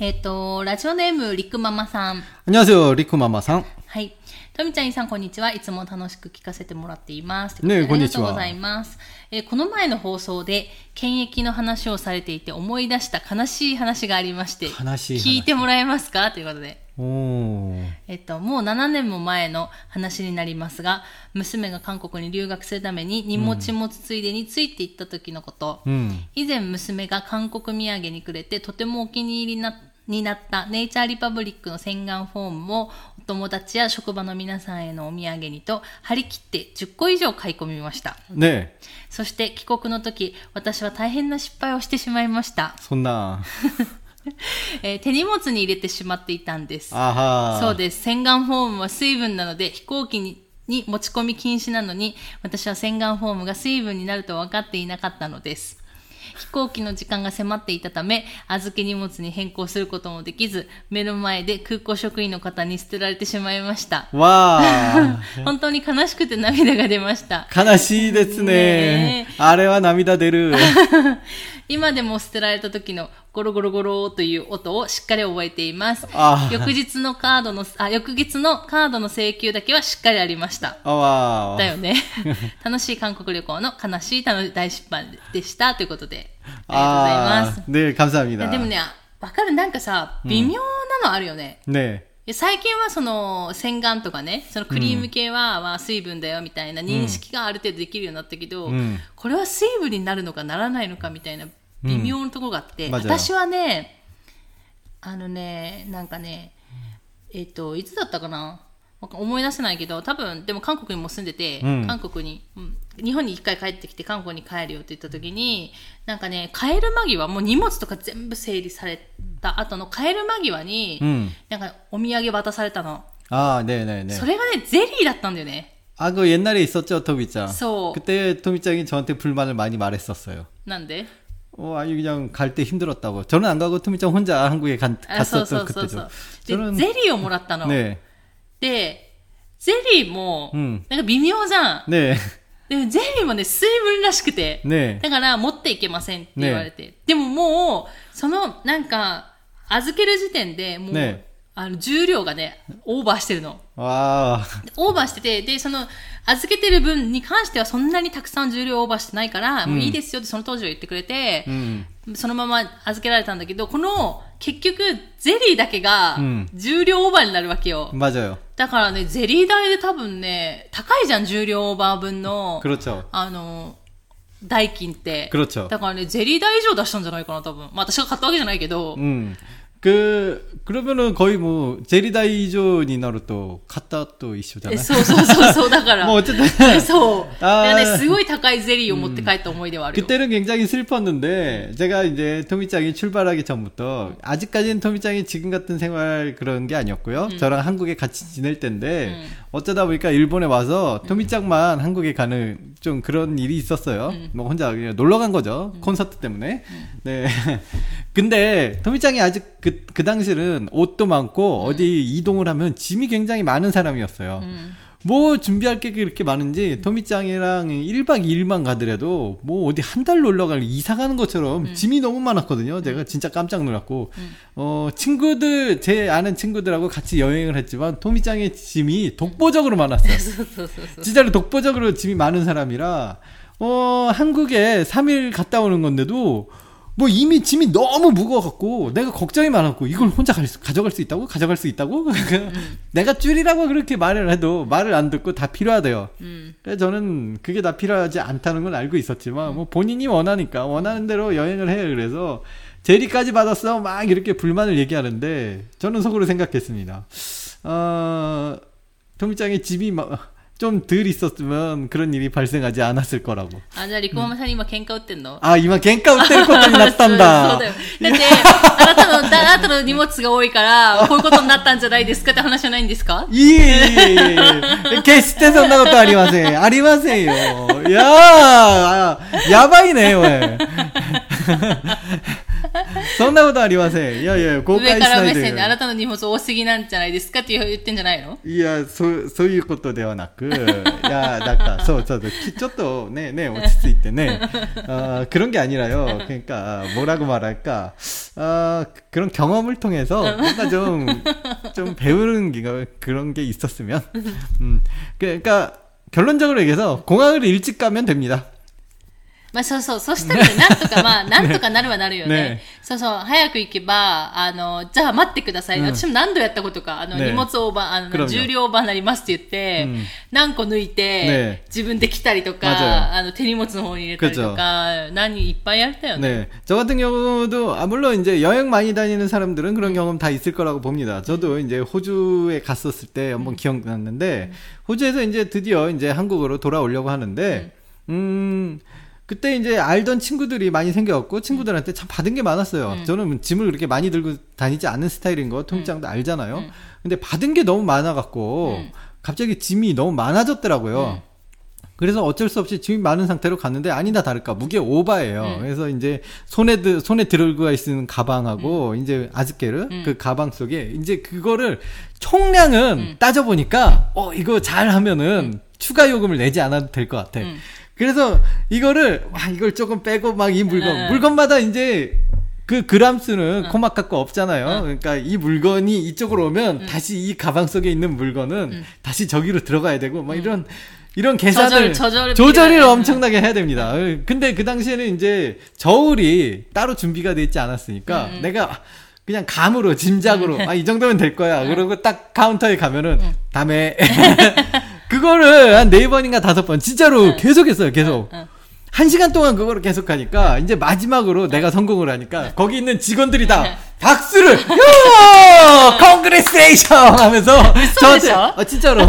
[SPEAKER 1] えっ、と、ラジオネーム、リックママさん。
[SPEAKER 2] 안녕하세요, 리쿠마마상.
[SPEAKER 1] はい。とみちゃん、いさん、こんにちは。いつも楽しく聞かせてもらっています。
[SPEAKER 2] ね
[SPEAKER 1] と
[SPEAKER 2] え
[SPEAKER 1] いうとで
[SPEAKER 2] こんにちは
[SPEAKER 1] ありがとうございます。えーこの前の放送で、検疫の話をされていて思い出した悲しい話がありまして、
[SPEAKER 2] 悲しい話
[SPEAKER 1] 聞いてもらえますかということで。
[SPEAKER 2] 오.
[SPEAKER 1] えっと、もう7年も前の話になりますが、娘が韓国に留学するために荷物持つついでについて行った時のこと。
[SPEAKER 2] 음.
[SPEAKER 1] 以前娘が韓国土産にくれてとてもお気に入りなになったネイチャーリパブリックの洗顔フォームをお友達や職場の皆さんへのお土産にと張り切って10個以上買い込みました。
[SPEAKER 2] 네,
[SPEAKER 1] そして帰国の時私は大変な失敗をしてしまいました。
[SPEAKER 2] 손나.
[SPEAKER 1] えー手荷物に入れてしまっていたんです。
[SPEAKER 2] 아하.
[SPEAKER 1] そうです。洗顔フォームは水分なので飛行機にに持ち込み禁止なのに私は洗顔フォームが水分になると分かっていなかったのです。飛行機の時間が迫っていたため預け荷物に変更することもできず目の前で空港職員の方に捨てられてしまいました。
[SPEAKER 2] 와.
[SPEAKER 1] 本当に悲しくて涙が出ました。
[SPEAKER 2] 悲しいですね
[SPEAKER 1] ね。
[SPEAKER 2] あれは涙出る。
[SPEAKER 1] 今でも捨てられた時のゴロゴロゴロという音をしっかり覚えています。
[SPEAKER 2] あ
[SPEAKER 1] 翌日のカードの、あ、翌月のカードの請求だけはしっかりありました。
[SPEAKER 2] あわ
[SPEAKER 1] だよね。 楽しい韓国旅行の悲しい楽大失敗でしたということで。ありがとうございます。
[SPEAKER 2] 아, 네,
[SPEAKER 1] いや
[SPEAKER 2] 감사합니다.
[SPEAKER 1] でもね、あわかる。なんかさ、微妙なのあるよね。
[SPEAKER 2] 네.
[SPEAKER 1] いや最近はその洗顔とかね、そのクリーム系は、は水分だよみたいな認識がある程度できるようになったけど、
[SPEAKER 2] ん
[SPEAKER 1] これは水分になるのかならないのかみたいな微妙なところがあって、
[SPEAKER 2] うん맞아요
[SPEAKER 1] 私はね、あのね、なんかね、えっ、と、いつだったかななんか思い出せないけど、多分、でも韓国にも住んでて、
[SPEAKER 2] うん
[SPEAKER 1] 韓国に、うん日本に一回帰ってきて韓国に帰るよって言った時に、なんかね、帰る間際、もう荷物とか全部整理された後の帰る間際に、
[SPEAKER 2] 음.
[SPEAKER 1] なんかお土産渡されたの。
[SPEAKER 2] 아, 네, 네, 네.
[SPEAKER 1] それがね、ゼリーだったんだよね。
[SPEAKER 2] 아, 그 옛날에 있었죠, 토미짱.
[SPEAKER 1] 소.
[SPEAKER 2] 그때 토미짱이 저한테 불만을 많이 말했었어요.
[SPEAKER 1] なんで
[SPEAKER 2] 어, 아니 그냥 갈 때 힘들었다고. 저는 안 가고 토미짱 혼자 한국에 간,
[SPEAKER 1] あそうそう
[SPEAKER 2] 갔었던
[SPEAKER 1] そうそ
[SPEAKER 2] 그때죠.
[SPEAKER 1] う。で、ゼリーをもらったの。
[SPEAKER 2] 네,
[SPEAKER 1] で、ゼリーも、
[SPEAKER 2] うん
[SPEAKER 1] なんか微妙じゃん。
[SPEAKER 2] 네,
[SPEAKER 1] でもゼリーもね、水分らしくて。
[SPEAKER 2] 네.
[SPEAKER 1] だから持っていけませんって言われて。でももう、その、なんか、預ける時点で、もう、
[SPEAKER 2] ね
[SPEAKER 1] あの、重量がね、オーバーしてるの。
[SPEAKER 2] 와,
[SPEAKER 1] オーバーしてて、で、その、預けてる分に関してはそんなにたくさん重量オーバーしてないから、もういいですよってその当時は言ってくれて、
[SPEAKER 2] 음,
[SPEAKER 1] そのまま預けられたんだけど、この、結局、ゼリーだけが
[SPEAKER 2] うん、
[SPEAKER 1] 重量オーバーになるわけよ。
[SPEAKER 2] 맞아요.
[SPEAKER 1] だからね、ゼリー代で多分ね、高いじゃん、重量オーバー分の、
[SPEAKER 2] 그렇죠.
[SPEAKER 1] あの、代金って。
[SPEAKER 2] 그렇죠.
[SPEAKER 1] だからね、ゼリー代以上出したんじゃないかな、多分。まあ、私が買ったわけじゃないけど、
[SPEAKER 2] 음. 그 그러면은 거의 뭐 제리다이존이나로 또 갔다 또
[SPEAKER 1] え
[SPEAKER 2] 이슈잖아요.
[SPEAKER 1] そうそうそうそう、だから。
[SPEAKER 2] 뭐 어쨌든
[SPEAKER 1] そう。だ
[SPEAKER 2] あー
[SPEAKER 1] からね、すごい高いゼリーを持って帰った思い出はあるよ。
[SPEAKER 2] 그때는 굉장히 슬펐는데 제가 이제 토미짱이 출발하기 전부터 아직까지는 토미짱이 지금 같은 생활 그런 게 아니었고요. 저랑 한국에 같이 지낼 때인데 어쩌다 보니까 일본에 와서 토미짱만 한국에 가는 좀 그런 일이 있었어요. 뭐 혼자 그냥 놀러 간 거죠. 콘서트 때문에. 네. 근데 토미짱이 아직 그, 그 당시는 옷도 많고 어디 이동을 하면 짐이 굉장히 많은 사람이었어요. 뭐 준비할 게 그렇게 많은지 토미짱이랑 1박 2일만 가더라도 뭐 어디 한 달 놀러 갈 이사 가는 것처럼 짐이 너무 많았거든요. 제가 진짜 깜짝 놀랐고 어 친구들 제 아는 친구들하고 같이 여행을 했지만 토미짱의 짐이 독보적으로 많았어요.
[SPEAKER 1] そうそうそうそう。
[SPEAKER 2] 진짜로 독보적으로 짐이 많은 사람이라 어 한국에 3일 갔다 오는 건데도 뭐 이미 짐이 너무 무거워갖고 내가 걱정이 많았고 이걸 혼자 갈 수- 가져갈 수 있다고 가져갈 수 있다고 내가 줄이라고 그렇게 말을 해도 말을 안 듣고 다 필요하대요.
[SPEAKER 1] うん。
[SPEAKER 2] 그래서 네, 저는 그게 다 필요하지 않다는 건 알고 있었지만 뭐 본인이 원하니까 원하는 대로 여행을 해요. 그래서 제리까지 받았어 막 이렇게 불만을 얘기하는데 저는 속으로 생각했습니다. 어, 토미짱의 집이 좀 덜 있었으면 그런 일이 발생하지 않았을 거라고.
[SPEAKER 1] 아,じゃあ、リコママさん今喧嘩売ってんの
[SPEAKER 2] 아,今喧嘩売ってることになったん
[SPEAKER 1] そう
[SPEAKER 2] だ
[SPEAKER 1] だ。よ。だって、あなたの、だあなたの荷物が多いから、こういうことになったんじゃないですかって話じゃないんですか
[SPEAKER 2] いえいえいえいえ。決してそんなことありません。ありませんよ。いやー、あやば いね、おい。そんなことありません。いやいや、公
[SPEAKER 1] 上
[SPEAKER 2] 開し
[SPEAKER 1] から
[SPEAKER 2] な
[SPEAKER 1] 目
[SPEAKER 2] いで
[SPEAKER 1] 線で、あ。なたの荷物多すぎなんじゃないですかって言ってんじゃないの
[SPEAKER 2] いや、そう、そういうことではなく、いや、だから、そうそうそう、きちょっとね、ね、落ち着いてね、あー그런게아니라요。 어, 그러니까、뭐라고말할까、 아, 그런 경험을 통해서 뭔가 좀, 좀 배우는 게, 그런 게 있었으면. 음, 그러니까, 결론적으로 얘기해서 공항을 일찍 가면 됩니다.
[SPEAKER 1] まあそうそう、そしたらねなんとか、まあなんとかなるはなるよね。
[SPEAKER 2] ね
[SPEAKER 1] そうそう、早く行けば、あの、じゃあ待ってください。
[SPEAKER 2] うん
[SPEAKER 1] 私も何度やったことか、あの、
[SPEAKER 2] ね
[SPEAKER 1] 荷物オーバー、あ
[SPEAKER 2] クラ
[SPEAKER 1] の、
[SPEAKER 2] ブよ
[SPEAKER 1] 重量オーバーになりますって言って、
[SPEAKER 2] うん
[SPEAKER 1] 何個抜いて、
[SPEAKER 2] ね
[SPEAKER 1] 自分で来たりと
[SPEAKER 2] まずは
[SPEAKER 1] か、あの、手荷物の方に入れたりとか、何、いっぱいやったよね。
[SPEAKER 2] 네. 저 같은 경우도, 아, 물론 이제 여행 많이 다니는 사람들은 그런 경험 다 있을 거라고 봅니다. 저도 이제 호주에 갔었을 때 한번 기억났는데, 호주에서 이제 드디어 이제 한국으로 돌아오려고 하는데, 음, 그때 이제 알던 친구들이 많이 생겨갖고 친구들한테 참 받은 게 많았어요. 저는 뭐 짐을 그렇게 많이 들고 다니지 않는 스타일인 거 통장도 알잖아요. 근데 받은 게 너무 많아갖고 갑자기 짐이 너무 많아졌더라고요. 그래서 어쩔 수 없이 짐이 많은 상태로 갔는데 아니다 다를까 무게 오바예요.
[SPEAKER 1] 음.
[SPEAKER 2] 그래서 이제 손에 드, 손에 들고 있는 가방하고
[SPEAKER 1] 음.
[SPEAKER 2] 이제 아즈케르 그 가방 속에 이제 그거를 총량은
[SPEAKER 1] 음.
[SPEAKER 2] 따져 보니까 어 이거 잘 하면은 추가 요금을 내지 않아도 될 것 같아.
[SPEAKER 1] 음.
[SPEAKER 2] 그래서 이거를 와 이걸 조금 빼고 막 이 물건
[SPEAKER 1] 음.
[SPEAKER 2] 물건마다 이제 그 그람 수는 코마카코 없잖아요.
[SPEAKER 1] 음.
[SPEAKER 2] 그러니까 이 물건이 이쪽으로 오면 다시 이 가방 속에 있는 물건은
[SPEAKER 1] 음.
[SPEAKER 2] 다시 저기로 들어가야 되고 막 이런 이런 계산을
[SPEAKER 1] 조절, 조절
[SPEAKER 2] 을
[SPEAKER 1] 필요하죠.
[SPEAKER 2] 엄청나게 해야 됩니다. 근데 그 당시에는 이제 저울이 따로 준비가 돼 있지 않았으니까
[SPEAKER 1] 음.
[SPEAKER 2] 내가 그냥 감으로 짐작으로 아 이 정도면 될 거야.
[SPEAKER 1] 음.
[SPEAKER 2] 그러고 딱 카운터에 가면은 다음에 그거를 한 네 번인가 다섯 번 진짜로
[SPEAKER 1] 음.
[SPEAKER 2] 계속했어요. 계속.
[SPEAKER 1] 응.
[SPEAKER 2] 한 시간 동안 그거를 계속 하니까 이제 마지막으로 내가 성공을 하니까 거기 있는 직원들이 다 박수를 요 컨그레스레이션 하면서 저한테
[SPEAKER 1] 됐어?
[SPEAKER 2] 아 진짜로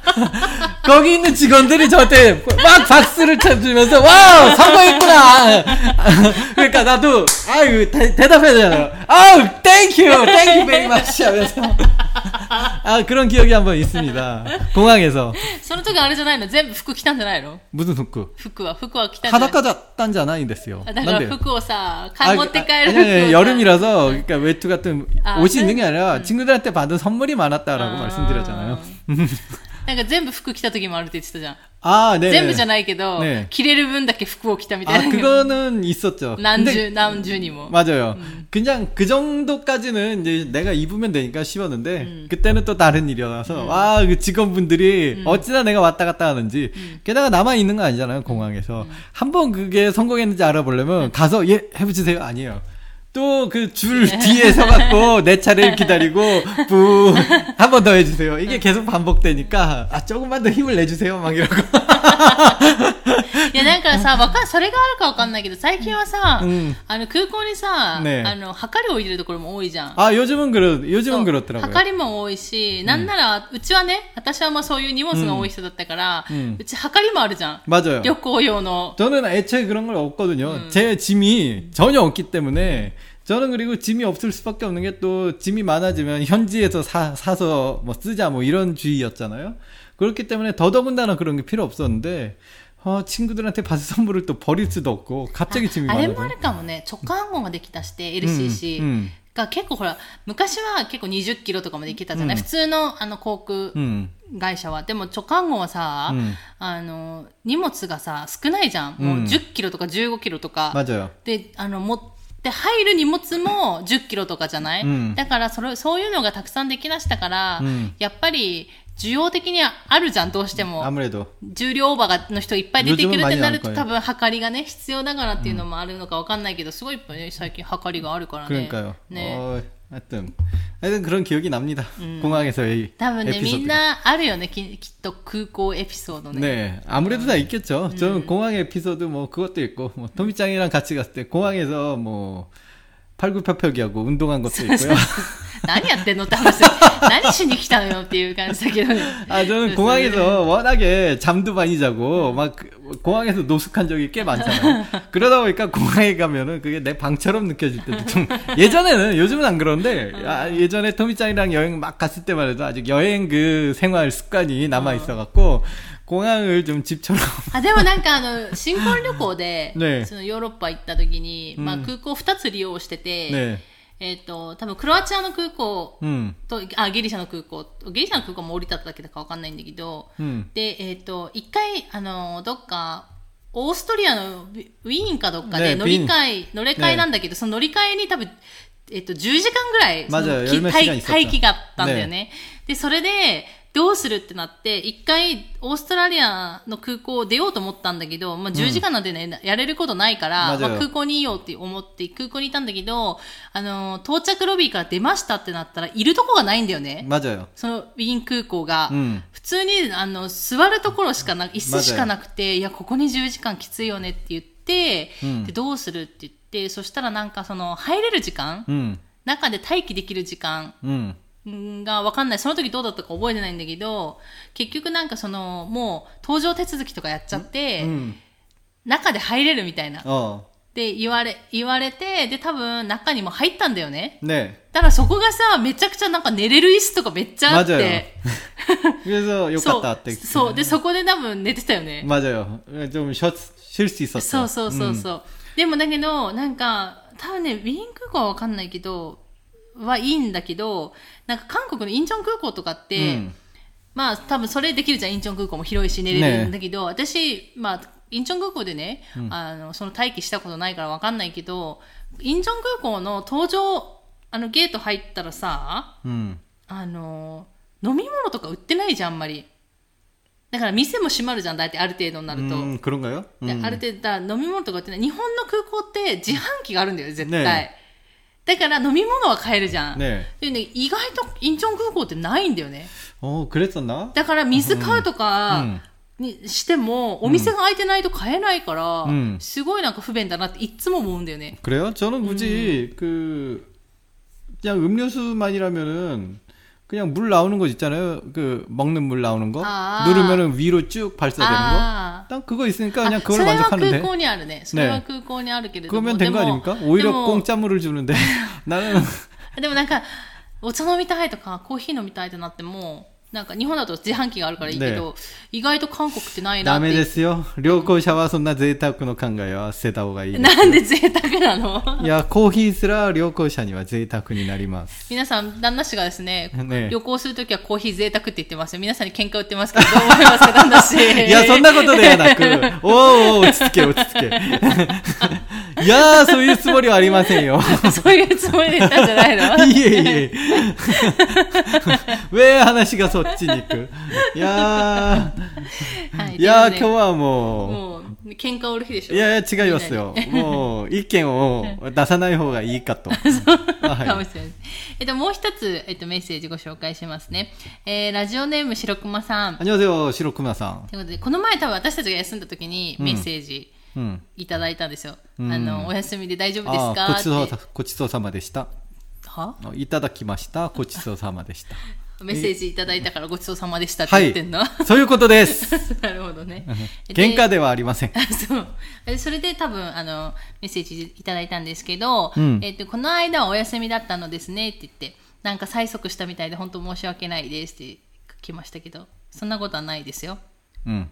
[SPEAKER 2] 거기 있는 직원들이 저한테 막 박수를 쳐주면서 와우 성공했구나 그러니까 나도 아유 대- 대답해야 되잖아요 아우 땡큐 땡큐 베리마치 하면서 아 그런 기억이 한 번 있습니다 공항에서
[SPEAKER 1] その時あれじゃないの全部服着たんじゃないの
[SPEAKER 2] 무슨 후쿠
[SPEAKER 1] 服は、服は着たんじゃない
[SPEAKER 2] 바닷가 잤단지 않아 인데스요
[SPEAKER 1] あだから
[SPEAKER 2] 난데요?
[SPEAKER 1] 服をさ、買い
[SPEAKER 2] 아니,
[SPEAKER 1] 持って帰る
[SPEAKER 2] 아니, 아니,
[SPEAKER 1] 服をさ
[SPEAKER 2] 여름이라서 그러니까 외투 같은
[SPEAKER 1] 아,
[SPEAKER 2] 옷이
[SPEAKER 1] 네.
[SPEAKER 2] 있는 게 아니라 친구들한테 받은 선물이 많았다라고
[SPEAKER 1] 아.
[SPEAKER 2] 말씀드렸잖아요.
[SPEAKER 1] なんか全部服着た時もあるって言ってたじゃん。
[SPEAKER 2] 아, 네.
[SPEAKER 1] 全部じゃないけど、
[SPEAKER 2] ね
[SPEAKER 1] 着れる分だけ服を着たみたいな。
[SPEAKER 2] 아, 그거는 있었죠.
[SPEAKER 1] 何
[SPEAKER 2] 근데-
[SPEAKER 1] 十、何十にも。
[SPEAKER 2] 맞아요. 그냥 그 정도까지는 이제 내가 입으면 되니까 쉬웠는데 그때는 또 다른 일이라서 와 그 직원분들이 어찌나 내가 왔다 갔다 하는지 게다가 남아 있는 거 아니잖아요 공항에서 한번 그게 성공했는지 알아보려면 가서 예 해보세요 아니에요. 또 그 줄 뒤에 서갖고 내 차를 기다리고 뿌한 번 더 해주세요. 이게 계속 반복되니까 아 조금만 더 힘을 내주세요 막 이러고
[SPEAKER 1] いや、なんかさ、わかん、それがあるかわかんないけど、最近はさ、
[SPEAKER 2] うん
[SPEAKER 1] あの、空港にさ、
[SPEAKER 2] ねえ
[SPEAKER 1] あの、測り置いてるところも多いじゃん。
[SPEAKER 2] 아 요즘은 그렇 요즘은
[SPEAKER 1] そう
[SPEAKER 2] 그렇더라고요.
[SPEAKER 1] 測りも多いし、なんなら、うちはね、私はまあそういう荷物が多い人だったから、
[SPEAKER 2] う
[SPEAKER 1] うんち測りもあるじゃん。
[SPEAKER 2] 맞아요.
[SPEAKER 1] 旅行用の。
[SPEAKER 2] 저는 애초에 그런 걸 없거든요. 제 짐이 전혀 없기 때문에 저는 그리고 짐이 없을 수밖에 없는 게 또 짐이 많아지면 현지에서 사, 사서 뭐 쓰자 뭐 이런 주의였잖아요. 그렇기 때문에 더더군다나 그런 게 필요 없었는데 어, 친구들한테 받은 선물을 또 버릴 수도 없고 갑자기 짐이
[SPEAKER 1] あれ
[SPEAKER 2] 많아서
[SPEAKER 1] もあるかもね、直感音ができたして、 LCC。
[SPEAKER 2] 음,
[SPEAKER 1] が結構ほら、昔は結構20キロとかまで行けたじゃない、
[SPEAKER 2] うん
[SPEAKER 1] 普通のあの航空
[SPEAKER 2] 음,
[SPEAKER 1] 会社は。でも、貯ン号はさ、
[SPEAKER 2] 음.
[SPEAKER 1] あの、荷物がさ、少ないじゃん。
[SPEAKER 2] う
[SPEAKER 1] もうん10キロとか15キロとか。
[SPEAKER 2] 맞아요.
[SPEAKER 1] で、あの、持って入る荷物も10キロとかじゃない、
[SPEAKER 2] うん
[SPEAKER 1] だから、それ、そういうのがたくさんできだしたから、
[SPEAKER 2] うん
[SPEAKER 1] やっぱり、需要的にはあるじゃん、どう
[SPEAKER 2] 어.
[SPEAKER 1] しても。
[SPEAKER 2] 아무래도
[SPEAKER 1] 重量オーバーがの人いっぱい出てくるってなる
[SPEAKER 2] 요즘은많이나올
[SPEAKER 1] と
[SPEAKER 2] 거예요
[SPEAKER 1] 多分、はかりがね、必要だからっていうのもあるのかわかんないけど、すごいいっぱいね最近はかりがある
[SPEAKER 2] 아, 네.
[SPEAKER 1] からね。
[SPEAKER 2] 그러니까요.
[SPEAKER 1] ね
[SPEAKER 2] 어, 하여튼 하여튼 그런 기억이 납니다. 공항에서의
[SPEAKER 1] 多分ね、みん
[SPEAKER 2] 에피소드.
[SPEAKER 1] なあるよね、ききっと空港エピソードね。
[SPEAKER 2] 네, 예. 아무래도 다 있겠죠. 저는 공항 에피소드 뭐 그것도 있고, 뭐 토미짱이랑 같이 갔을 때 공항에서 뭐 팔굽혀펴기하고 운동한 것도 있고요.
[SPEAKER 1] 何やってんのって話。 何しに来たのよっていう感じだけどね。
[SPEAKER 2] 아, 저는 공항에서 워낙에 잠도 많이 자고, 막, 그- 공항에서 노숙한 적이 꽤 많잖아요. 그러다 보니까 공항에 가면은 그게 내 방처럼 느껴질 때도 좀, 예전에는, 요즘은 안 그런데, 아, 예전에 토미짱이랑 여행 막 갔을 때만 해도 아직 여행 그 생활 습관이 남아있어갖고, 공항을 좀 집처럼.
[SPEAKER 1] あでもなんかあの、新婚旅行で、
[SPEAKER 2] ねえ
[SPEAKER 1] そのヨーロッパ行った時に、まあ
[SPEAKER 2] うん
[SPEAKER 1] 空港2つ利用してて、
[SPEAKER 2] 네.
[SPEAKER 1] えっ、と、多分クロアチアの空港
[SPEAKER 2] 음,
[SPEAKER 1] と、あ、ギリシャの空港、ギリシャの空港も降り立っただけだかわかんないんだけど、
[SPEAKER 2] 음.
[SPEAKER 1] で、えっ、と、一回、あの、どっか、オーストリアのウィウィーンかどっか
[SPEAKER 2] ね
[SPEAKER 1] で
[SPEAKER 2] え
[SPEAKER 1] 乗り換え、乗り換えなんだけど、その乗り換えに多分、えっ、と、10時間ぐらい、そ
[SPEAKER 2] まだ
[SPEAKER 1] のき
[SPEAKER 2] 夜飯時間
[SPEAKER 1] 待
[SPEAKER 2] に
[SPEAKER 1] 機
[SPEAKER 2] 使った
[SPEAKER 1] 待機があったんだよね。で、それで、どうするってなって、一回、オーストラリアの空港を出ようと思ったんだけど、まあ、10時間なんてね、やれることないから、
[SPEAKER 2] まだよ
[SPEAKER 1] まあ空港にいようって思って、空港にいたんだけど、あの、到着ロビーから出ましたってなったら、いるとこがないんだよね。
[SPEAKER 2] 맞아요.
[SPEAKER 1] そのウィーン空港が、
[SPEAKER 2] うん
[SPEAKER 1] 普通にあの座るところしかな椅子しかなくて、いや、ここに10時間きついよねって言って、
[SPEAKER 2] うん
[SPEAKER 1] でどうするって言って、そしたらなんかその入れる時間、
[SPEAKER 2] 음,
[SPEAKER 1] 中で待機できる時間
[SPEAKER 2] 음.
[SPEAKER 1] がわかんない。その時どうだったか覚えてないんだけど、結局なんかそのもう搭乗手続きとかやっちゃって、
[SPEAKER 2] 음.
[SPEAKER 1] 中で入れるみたいな。
[SPEAKER 2] 어.
[SPEAKER 1] で、言われ、言われて、で、多分中にも入ったんだよね。
[SPEAKER 2] 네.
[SPEAKER 1] だからそこがさ、めちゃくちゃなんか寝れる椅子とかめっちゃあっ
[SPEAKER 2] 맞아요
[SPEAKER 1] て。
[SPEAKER 2] 그래서 욕갔다 왔대.
[SPEAKER 1] そうそう。で、そこで多分寝てたよね。
[SPEAKER 2] 맞아요. 좀 쉴 수 있었어. 음,
[SPEAKER 1] そうそうそうそう。でもだけど、なんか、多分ね、ウィーン空港はわかんないけど、はいいんだけど、なんか韓国のインチョン空港とかっ
[SPEAKER 2] 음.
[SPEAKER 1] て、
[SPEAKER 2] 음.
[SPEAKER 1] まあ多分それできるじゃん、インチョン空港も広いし寝れるんだけど、私、まあ、インチョン空港でね、あの、その待機したことないからわかんないけど、インチョン空港の搭乗、あのゲート入ったらさ、
[SPEAKER 2] 음.
[SPEAKER 1] あの飲み物とか売ってないじゃんあんまりだから店も閉まるじゃん大体ある程度になると、
[SPEAKER 2] 음, 그런가요?
[SPEAKER 1] で
[SPEAKER 2] 음.
[SPEAKER 1] ある程度だから飲み物とか売ってない日本の空港って自販機があるんだよ絶対、
[SPEAKER 2] ね
[SPEAKER 1] だから飲み物は買えるじゃん、
[SPEAKER 2] 네.
[SPEAKER 1] でね、意外とインチョン空港ってないんだよね
[SPEAKER 2] 어 그랬었나?
[SPEAKER 1] だから水買うと
[SPEAKER 2] う
[SPEAKER 1] か
[SPEAKER 2] ん
[SPEAKER 1] にしても、お店が開いてないと買えないから、
[SPEAKER 2] うん
[SPEAKER 1] すごいなんか不便だなっていつも思うんだよね
[SPEAKER 2] 그래요? 저는 굳이
[SPEAKER 1] 음.
[SPEAKER 2] 그 그냥 음료수만이라면은 그냥 물 나오는 거 있잖아요. 그 먹는 물 나오는 거
[SPEAKER 1] 아.
[SPEAKER 2] 누르면은 위로 쭉 발사되는
[SPEAKER 1] 아.
[SPEAKER 2] 거. 딱 그거 있으니까
[SPEAKER 1] あ
[SPEAKER 2] 그냥
[SPEAKER 1] そ
[SPEAKER 2] 그걸
[SPEAKER 1] れは空
[SPEAKER 2] 만족하는데.
[SPEAKER 1] 港にあるねそれは空港にあるけれども、
[SPEAKER 2] 그러면 된 거
[SPEAKER 1] でも
[SPEAKER 2] 아닙니까?
[SPEAKER 1] で
[SPEAKER 2] 오히려
[SPEAKER 1] も
[SPEAKER 2] 공짜물을 주는데 나는
[SPEAKER 1] でもなんか、お茶飲みたいとか、コーヒー飲みたいってなっても、なんか日本だと自販機があるからいいけど、意外と韓国ってないなっ
[SPEAKER 2] 남의
[SPEAKER 1] て。
[SPEAKER 2] 됐어요. 료코 샤와 손나 제이타쿠노 칸가요. 세다오가 이.
[SPEAKER 1] なんで贅沢なの
[SPEAKER 2] 야 코히 쓰라 료코 샤니와 제이타쿠니 나리마스.
[SPEAKER 1] 皆さん、旦那氏がですね、
[SPEAKER 2] ね
[SPEAKER 1] 旅行するときはコーヒー贅沢って言ってますよ。皆さんに喧嘩売ってますけど、どう思いますか、旦那氏。 い
[SPEAKER 2] 야, 선나고도내야 나그. 오, 오츠케, 오츠케. 야, 소유 스머리 아리마세요.
[SPEAKER 1] そういうつもりで言ったんじゃ ないの
[SPEAKER 2] 예, 예. 왜 하나씩 가서 어찌니까. 야,
[SPEAKER 1] はい、
[SPEAKER 2] 야,
[SPEAKER 1] というこ
[SPEAKER 2] 겨와
[SPEAKER 1] とで
[SPEAKER 2] 뭐.
[SPEAKER 1] もう、喧嘩売る日でしょ。
[SPEAKER 2] 야, 야, 지가 이었어요. 뭐, 이견을 나사나이호가 이익같도.
[SPEAKER 1] かもしれない。 えっと、もう一つ、えっと、メッセージご紹介しますね。えー、ラジオネーム白熊さん。
[SPEAKER 2] 안녕하세요, 시로쿠마상.
[SPEAKER 1] ということで、この前多分私たちが休んだ時にメッセージ
[SPEAKER 2] 음.
[SPEAKER 1] いただいたんですよ。
[SPEAKER 2] うん
[SPEAKER 1] あの、お休みで大丈夫です
[SPEAKER 2] 아,
[SPEAKER 1] かって。
[SPEAKER 2] 고치소, 고치소사마でした.
[SPEAKER 1] は
[SPEAKER 2] 어, 이따다키마시타, 고치소사마でした.
[SPEAKER 1] メッセージいただいたからごちそうさまでしたって
[SPEAKER 2] は
[SPEAKER 1] 言
[SPEAKER 2] い
[SPEAKER 1] ってんの、
[SPEAKER 2] そういうことです。
[SPEAKER 1] なるほどね。で
[SPEAKER 2] 喧嘩ではありません。
[SPEAKER 1] そうで。それで多分、あの、メッセージいただいたんですけど、
[SPEAKER 2] うん
[SPEAKER 1] えっと、この間はお休みだったのですねって言って、なんか催促したみたいで本当申し訳ないですって来ましたけど、そんなことはないですよ。
[SPEAKER 2] うん。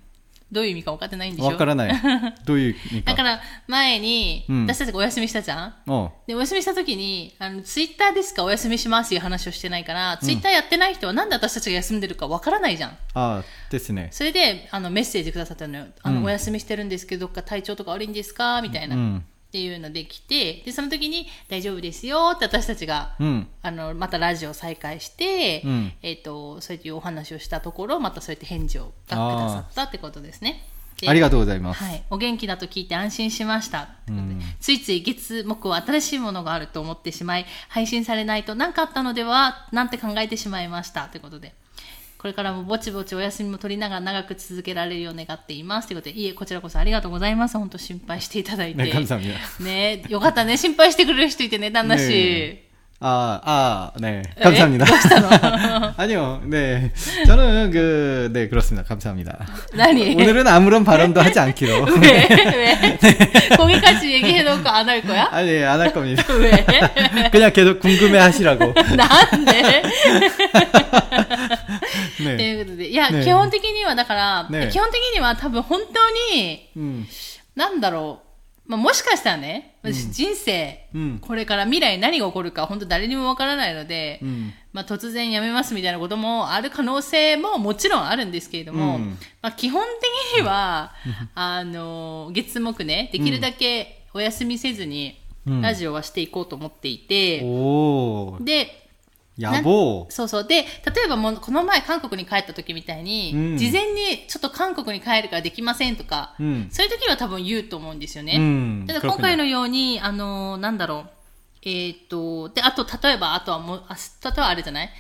[SPEAKER 1] どういう意味か分かってないんでしょ
[SPEAKER 2] わか らない。どういう意味
[SPEAKER 1] だか
[SPEAKER 2] か。
[SPEAKER 1] ら、前に、
[SPEAKER 2] うん
[SPEAKER 1] 私たちがお休みしたじゃん
[SPEAKER 2] お
[SPEAKER 1] で、お休みした時に、あの、ツイッターでしかお休みしますという話をしてないから、ツイッターやってない人はなんで私たちが休んでるかわからないじゃん。
[SPEAKER 2] あですね。
[SPEAKER 1] それで、あの、メッセージくださったのよ。あの、お休みしてるんですけど、どっか体調とか悪いんですかみたいな、
[SPEAKER 2] う
[SPEAKER 1] っ
[SPEAKER 2] ん。
[SPEAKER 1] ていうので来て、で、その時に、大丈夫ですよって私たちが、
[SPEAKER 2] うん。
[SPEAKER 1] あの、またラジオ再開して、
[SPEAKER 2] うん
[SPEAKER 1] えっ、と、そうやってお話をしたところ、またそうやって返事をがくださったってことですね。で
[SPEAKER 2] ありがとうございます。
[SPEAKER 1] はい、お元気だと聞いて安心しましたってことで、ついつい月木は新しいものがあると思ってしまい配信されないと何かあったのではなんて考えてしまいましたということでこれからもぼちぼちお休みも取りながら長く続けられるよう願っています。ということで、いえ、こちらこそありがとうございます。本当心配していただいて。
[SPEAKER 2] 네 감사합니다.
[SPEAKER 1] ねよかったね。心配してくれる人いてね、旦那氏。
[SPEAKER 2] 네. 아, 아, 네. 감사합니다. 아니요, 네. 저는 그, 네, 그렇습니다. 감사합니다.
[SPEAKER 1] 何
[SPEAKER 2] 오늘은 아무런 발언도 하지 않기로.
[SPEAKER 1] 왜? 왜? 거기까지 얘기해놓고 안 할 거야?
[SPEAKER 2] 아니, 안 할 겁니다.
[SPEAKER 1] 왜?
[SPEAKER 2] 그냥 계속 궁금해 하시라고.
[SPEAKER 1] なんでと
[SPEAKER 2] 네.
[SPEAKER 1] いうことで、いや、
[SPEAKER 2] ね
[SPEAKER 1] 基本的にはだから、
[SPEAKER 2] ね
[SPEAKER 1] 基本的には多分本当に、
[SPEAKER 2] 음,
[SPEAKER 1] なんだろう。まあ、もしかしたらね、私人生、
[SPEAKER 2] うん
[SPEAKER 1] これから未来何が起こるか本当誰にもわからないので、
[SPEAKER 2] 음.
[SPEAKER 1] まあ、突然辞めますみたいなこともある可能性ももちろんあるんですけれども、
[SPEAKER 2] うん
[SPEAKER 1] まあ、基本的には、あの、月木ね、できるだけお休みせずに、
[SPEAKER 2] うん
[SPEAKER 1] ラジオはしていこうと思ってい
[SPEAKER 2] 네.
[SPEAKER 1] て、
[SPEAKER 2] 오,
[SPEAKER 1] で、
[SPEAKER 2] 야보.
[SPEAKER 1] そうそう。で、例えばもう、この前韓国に帰った時みたいに、
[SPEAKER 2] うん
[SPEAKER 1] 事前にちょっと韓国に帰るからできませんとか、
[SPEAKER 2] 음,
[SPEAKER 1] そういう時は多分言うと思うんですよね。
[SPEAKER 2] 음.
[SPEAKER 1] ただ今
[SPEAKER 2] 그렇군요.
[SPEAKER 1] 回のように、あの、なんだろう。えーっと、で、あと、例えば、あとはもう、あ例えばあれじゃない、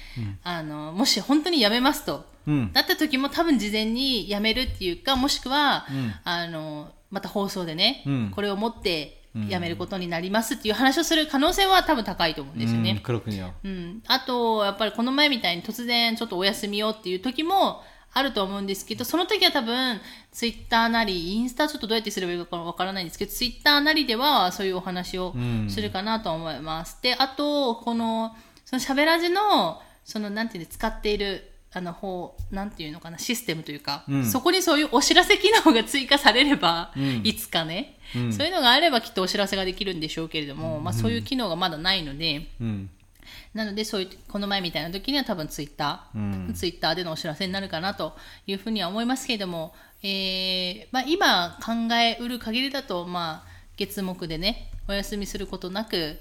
[SPEAKER 1] あの、もし本当に辞めますと、
[SPEAKER 2] 음,
[SPEAKER 1] なった時も多分事前に辞めるっていうか、もしくは、
[SPEAKER 2] ん
[SPEAKER 1] あの、また放送でね、
[SPEAKER 2] うん
[SPEAKER 1] これを持って辞めることになりますっていう話をする可能性は多分高いと思うんですよね。
[SPEAKER 2] 음, 그렇군요.
[SPEAKER 1] うん、あと、やっぱりこの前みたいに突然ちょっとお休みをっていう時もあると思うんですけど、その時は多分、ツイッターなり、インスタちょっとどうやってすればいいかわからないんですけど、ツイッターなりではそういうお話を
[SPEAKER 2] うん
[SPEAKER 1] するかなと思います。で、あと、この、その喋らじの、その、なんていうの、使っている、あの、方、なんていうのかな、システムというか、
[SPEAKER 2] うん
[SPEAKER 1] そこにそういうお知らせ機能が追加されれば、
[SPEAKER 2] ん
[SPEAKER 1] いつかね、
[SPEAKER 2] うん
[SPEAKER 1] そういうのがあればきっとお知らせができるんでしょうけれども、まあそういう機能がまだないので、
[SPEAKER 2] 음,
[SPEAKER 1] なので、そういう、この前みたいな時には多分ツイッター、
[SPEAKER 2] 음.
[SPEAKER 1] ツイッターでのお知らせになるかなというふうには思いますけれども、えーまあ、今考えうる限りだと、まあ、月目でね、お休みすることなく、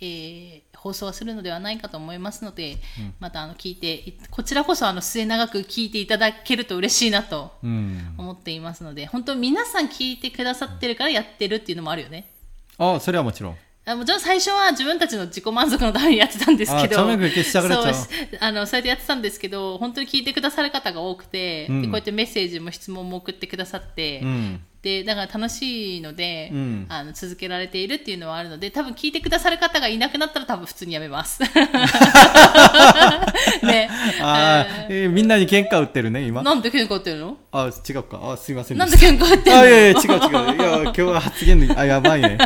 [SPEAKER 1] えー放送はするのではないかと思いますので、またあの聞いてい、こちらこそあの末永く聞いていただけると嬉しいなと
[SPEAKER 2] 음.
[SPEAKER 1] 思っていますので、本当皆さん聞いてくださってるからやってるっていうのもあるよね。
[SPEAKER 2] 어, 소리야 뭐처럼.
[SPEAKER 1] あもちろん最初は自分たちの自己満足のためにやってたんですけど、
[SPEAKER 2] あ처음엔그렇게시작을했죠
[SPEAKER 1] そうし あのそうやってやってたんですけど、本当に聞いてくださる方が多くて、
[SPEAKER 2] うん
[SPEAKER 1] でこうやってメッセージも質問も送ってくださって、
[SPEAKER 2] 음,
[SPEAKER 1] でだから楽しいので、
[SPEAKER 2] うん
[SPEAKER 1] あの続けられているっていうのはあるので、多分聞いてくださる方がいなくなったら多分普通にやめ ます。ね、
[SPEAKER 2] 아, 이 민난이 갱가 웃대르네, 이마.
[SPEAKER 1] なんで健康っていうの？
[SPEAKER 2] 아, 지갑가. 아, 스미마셍.
[SPEAKER 1] なんで健康っていうの？
[SPEAKER 2] 아, 예, 예, 지갑, 지갑. 야, 겨우 하트겠네. 아, 야바이네.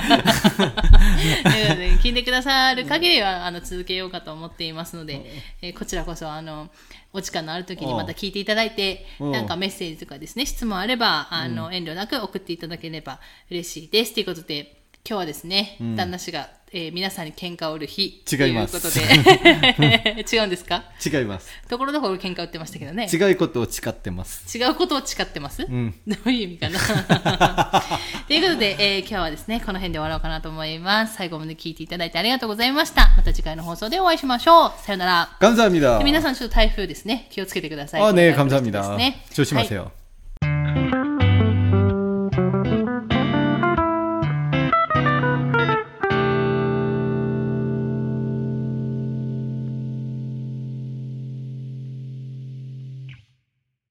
[SPEAKER 1] ということで聞いてくださる限りはあの続けようかと思っていますので、えーこちらこそあのお時間のある時にまた聞いていただいて
[SPEAKER 2] うん
[SPEAKER 1] なんかメッセージとかですね質問あればあの、遠慮なく送っていただければ嬉しいですということで今日はですね、旦那氏が、えー皆さんに喧嘩を売る日と
[SPEAKER 2] 違い
[SPEAKER 1] いう
[SPEAKER 2] ま
[SPEAKER 1] こ
[SPEAKER 2] す
[SPEAKER 1] とで 違うんですか
[SPEAKER 2] 지갑이마스.
[SPEAKER 1] ところどころ喧嘩売ってましたけどね
[SPEAKER 2] 지갑이 것도 지갑대마스.
[SPEAKER 1] 違うことを誓ってます、
[SPEAKER 2] ん
[SPEAKER 1] どういう意味かな ということで、えー今日はですねこの辺で終わろうかなと思います最後まで聞いていただいてありがとうございましたまた次回の放送でお会いしましょうさよなら
[SPEAKER 2] 감사합니다.
[SPEAKER 1] 皆さんちょっと台風ですね気をつけてください
[SPEAKER 2] あね
[SPEAKER 1] ということです
[SPEAKER 2] 감사합니다 조심하세요 네.